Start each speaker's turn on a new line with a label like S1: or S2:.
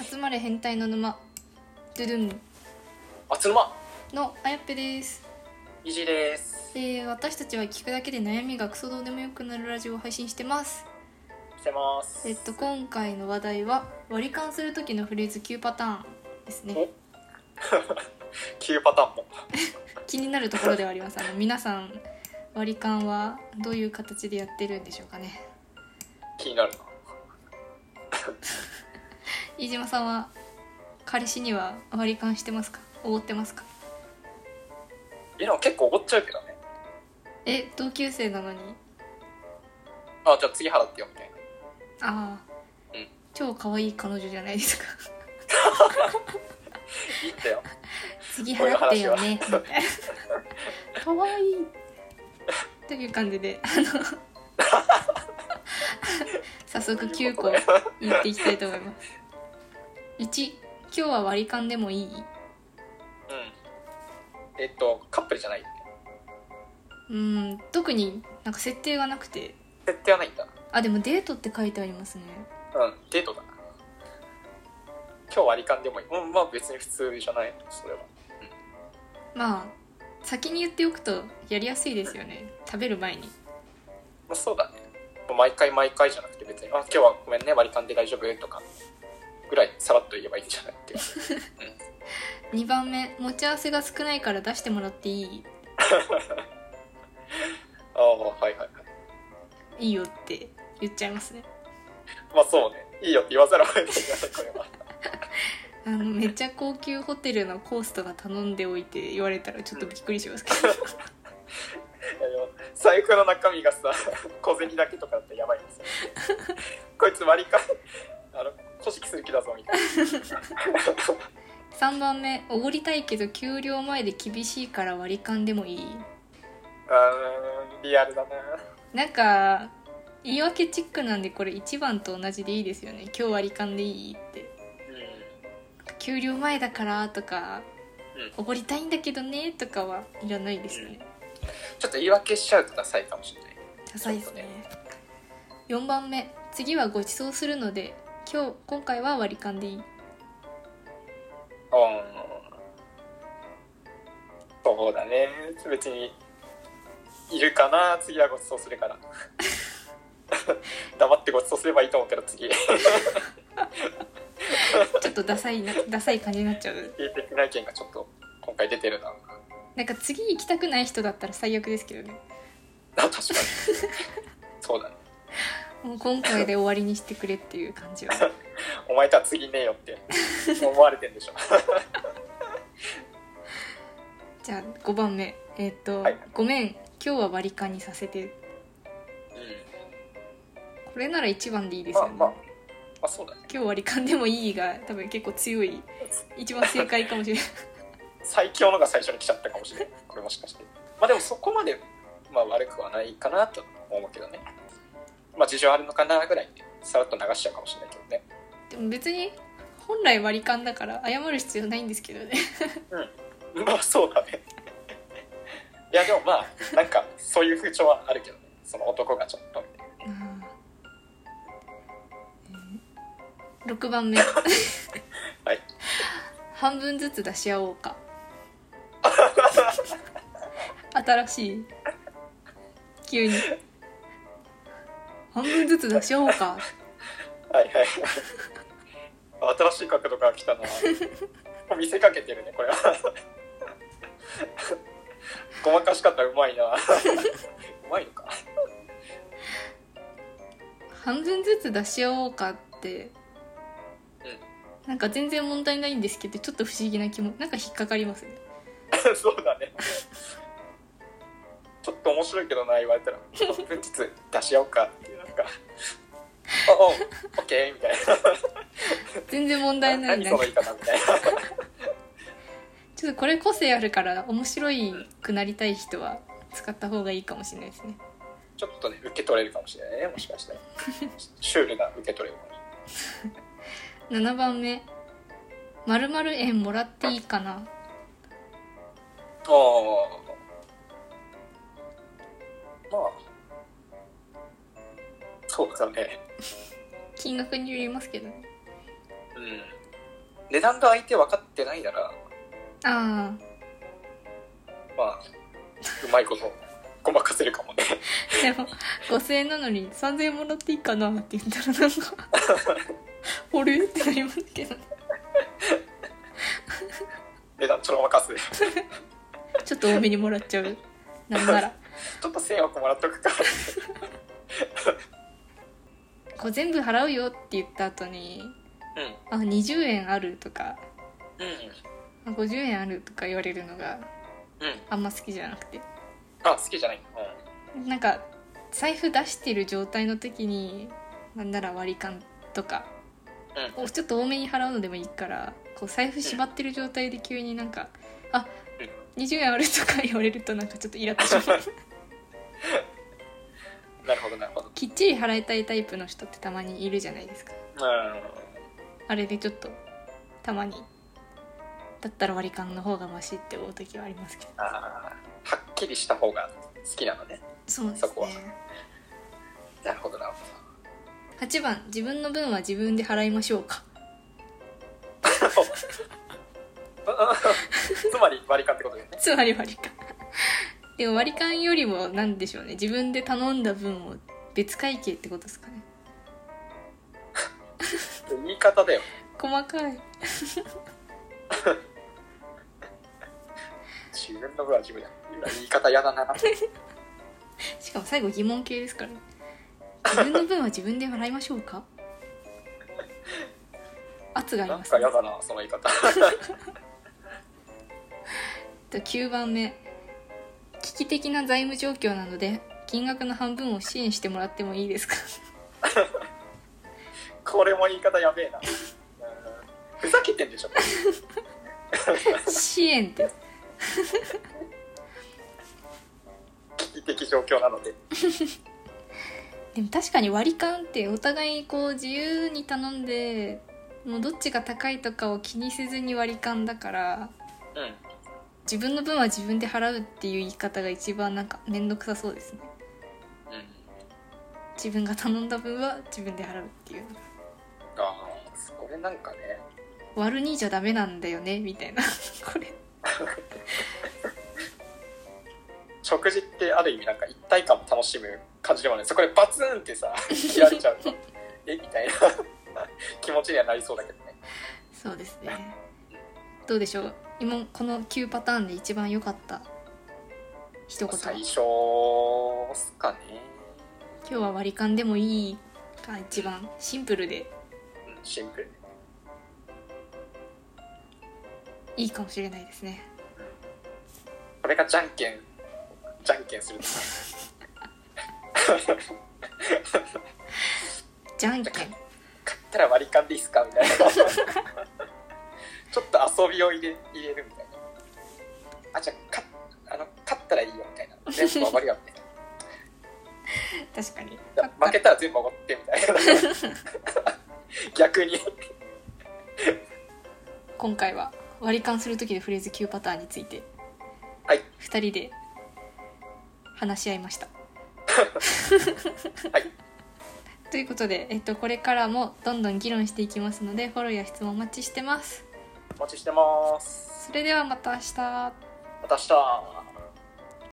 S1: 集まれ変態の沼ドゥドゥン
S2: あつるま
S1: のあやっぺです、
S2: イジーです
S1: えー私たちは聞くだけで悩みがクソどうでもよくなるラジオを配信してます
S2: 来てます
S1: えっと今回の話題は割り勘する時のフレーズ9パターンですね
S2: 9パターンも
S1: 気になるところではありますあの皆さん割り勘はどういう形でやってるんでしょうかね
S2: 気になるな
S1: 飯島さんは彼氏には割り勘してますかおごってますか
S2: えでも結構怒っちゃうけどね
S1: え同級生なのに
S2: あじゃあ次払ってよみたい
S1: あ
S2: な
S1: あ、
S2: うん
S1: 超可愛い彼女じゃないですか
S2: いいんだよ
S1: 次払ってよね可愛いという感じであの早速9個 言っていきたいと思います1今日は割り勘でもいい
S2: うんえっとカップルじゃない
S1: うん特になんか設定がなくて
S2: 設定はないんだ
S1: あでもデートって書いてありますね
S2: うんデートだ今日割り勘でもいいうんまあ別に普通じゃないそれは
S1: まあ先に言っておくとやりやすいですよね食べる前に
S2: まあそうだね毎回毎回じゃなくて別に「あ今日はごめんね割り勘で大丈夫?」とかぐらいさらっと言えばいいんじゃないっていう
S1: 2番目持ち合わせが少ないから出してもらっていい
S2: ああはいはいはい
S1: いいよって言っちゃいますね
S2: まあそうねいいよって言わざるを得ないからこれは
S1: あのめっちゃ高級ホテルのコースとか頼んでおいて言われたらちょっとびっくりしますけど
S2: あの財布の中身がさ小銭だけとかだったらやばいんですよこいつ割り勘あの古式する気だぞみたいな
S1: 3番目おごりたいけど給料前で厳しいから割り勘でもいい
S2: あーリアルだな
S1: なんか言い訳チックなんでこれ1番と同じでいいですよね今日割り勘でいいって
S2: う
S1: 給料前だからとか、
S2: う
S1: おごりたいんだけどねとかはいらないですね
S2: んちょっと言い訳しちゃうとダサいかもしれない
S1: ダサいですね4番目次はご馳走するので今日今回は割り勘でいい
S2: うんそうだね別にいるかな次はごちそうするから黙ってごちそうすればいいと思うけど次
S1: ちょっとダサいなダサい感じになっちゃう
S2: 否定的な意見がちょっと今回出てるな
S1: なんか次行きたくない人だったら最悪ですけどね
S2: あ確かにそうだね
S1: もう今回で終わりにしてくれっていう感じは
S2: お前とは次ねえよって思われてんでしょ
S1: じゃあ5番目えーっと、
S2: はい
S1: ごめん今日は割り勘にさせて
S2: う
S1: これなら1番でいいで
S2: ん
S1: すよ
S2: まあ
S1: ね、
S2: まあまあそうだね
S1: 今日割り勘でもいいが多分結構強 い一番正解かもしれない
S2: 最強のが最初に来ちゃったかもしれないこれもしかしてまあでもそこまで、まあ、悪くはないかなと思うけどねまあ事情あるのかなぐらいでさらっと流しちゃうかもしれないけどね
S1: でも別に本来割り勘だから謝る必要ないんですけどね
S2: まあそうだね いやでもまあなんかそういう風潮はあるけどねその男がちょっとみたいな
S1: うんえー6番 目
S2: はい
S1: 半分ずつ出し合おう か新しい急に半分ずつ出し合おうか
S2: はいはい新しい角度から来たな見せかけてるねこれはごまかし方うまいなうまいのか
S1: 半分ずつ出し合おうかって、なんか全然問題ないんですけどちょっと不思議な気もなんか引っかかりますね
S2: そうだねちょっと面白いけどな言われたら「半分ずつ出し合おうか」っていうなんか「おおオッケー」みたい
S1: 全然問
S2: な
S1: 題
S2: 「
S1: ない
S2: 何
S1: な
S2: そ
S1: んか
S2: の言い方」みたいな
S1: ちょっとこれ個性あるから面白いくなりたい人は使った方がいいかもしれないですね
S2: ちょっとね受け取れるかもしれないねもしかしたらシュールな受け取れるかもしれない
S1: 7番目「まる円もらっていいかな
S2: おーまあそうだね
S1: 金額によりますけどね
S2: うん値段が相手分かってないなら、
S1: ああ
S2: まあ、うまいこと、ごまかせるかもね。
S1: でも5000円なのに3000円もらっていいかなって言ったらなんかあれってなりますけど
S2: 値段ちょろまかす。
S1: ちょっと多めにもらっちゃうなんなら
S2: ちょっと1000億もらっとくか。
S1: こう全部払うよって言った後に
S2: うん。
S1: あ20円あるとか
S2: うん。
S1: あ50円あるとか言われるのが
S2: うん。
S1: あんま好きじゃなくて
S2: あ、好きじゃない。
S1: なんか財布出してる状態の時になんなら割り勘とか
S2: うん。
S1: ちょっと多めに払うのでもいいからこう財布縛ってる状態で急になんか「あ20円ある」とか言われるとなんかちょっとイラッとします
S2: うん。なるほど、なるほど。
S1: きっちり払いたいタイプの人ってたまにいるじゃないですか
S2: う
S1: あれでちょっとたまにだったら割り勘の方がマシって思う時はありますけど
S2: ん。ああ、はっきりした方が好きなのね。
S1: そうで
S2: そ
S1: す
S2: こは
S1: ね
S2: なるほど、なるほど。
S1: 8番「自分の分は自分で払いましょうか
S2: つまり割り勘ってことだよ」ね。
S1: つまり割り勘 でも割り勘よりもなんでしょうね自分で頼んだ分を別会計ってことですかね
S2: 言い方だよ。
S1: 細かい
S2: 自分の分は自分だ。言い方嫌だな。
S1: しかも最後疑問形ですからね自分の分は自分で払いましょうか 圧があり
S2: なん
S1: ます
S2: か
S1: ね
S2: 嫌だな、その言い方。
S1: と9番目危機的な財務状況なので金額の半分を支援してもらってもいいです か
S2: これも言い方やべえな。うんふざけてんでしょ。
S1: 支援って
S2: 危機的状況なので。
S1: でも確かに割り勘ってお互いこう自由に頼んでもうどっちが高いとかを気にせずに割り勘だから
S2: うん。
S1: 自分の分は自分で払うっていう言い方が一番なんか面倒くさそうですね
S2: うん。
S1: 自分が頼んだ分は自分で払うっていう
S2: ああ、それなんかね。
S1: 割る2じゃダメなんだよねみたいな これ
S2: 食事ってある意味なんか一体感も楽しむ感じでもねそこでバツンってさ切られちゃうとえみたいな気持ちにはなりそうだけどね
S1: そうですねどうでしょう今この9パターンで一番良かった一言は
S2: 最
S1: 今
S2: 初っすかね
S1: 日は割り勘でもいいが一番シンプルで
S2: うんシンプル
S1: いいかもしれないですね
S2: これがじゃんけんじゃんけんするとさ
S1: じゃんけん
S2: 買ったら割り勘でいいっすかみたいな ちょっと遊びを入れ入れるみたいなあじゃあかあの勝ったらいいよみたいな全部終わりよみたい
S1: 確かに
S2: な負けたら全部おごってみたいな 逆に
S1: 今回は割り勘する時のフレーズ9パターンについて
S2: はい
S1: 2人で話し合いました。
S2: はい
S1: ということで、えっと、これからもどんどん議論していきますのでフォローや質問お待ちしてます。
S2: お待ちしてます。
S1: それではまた明日
S2: また明日。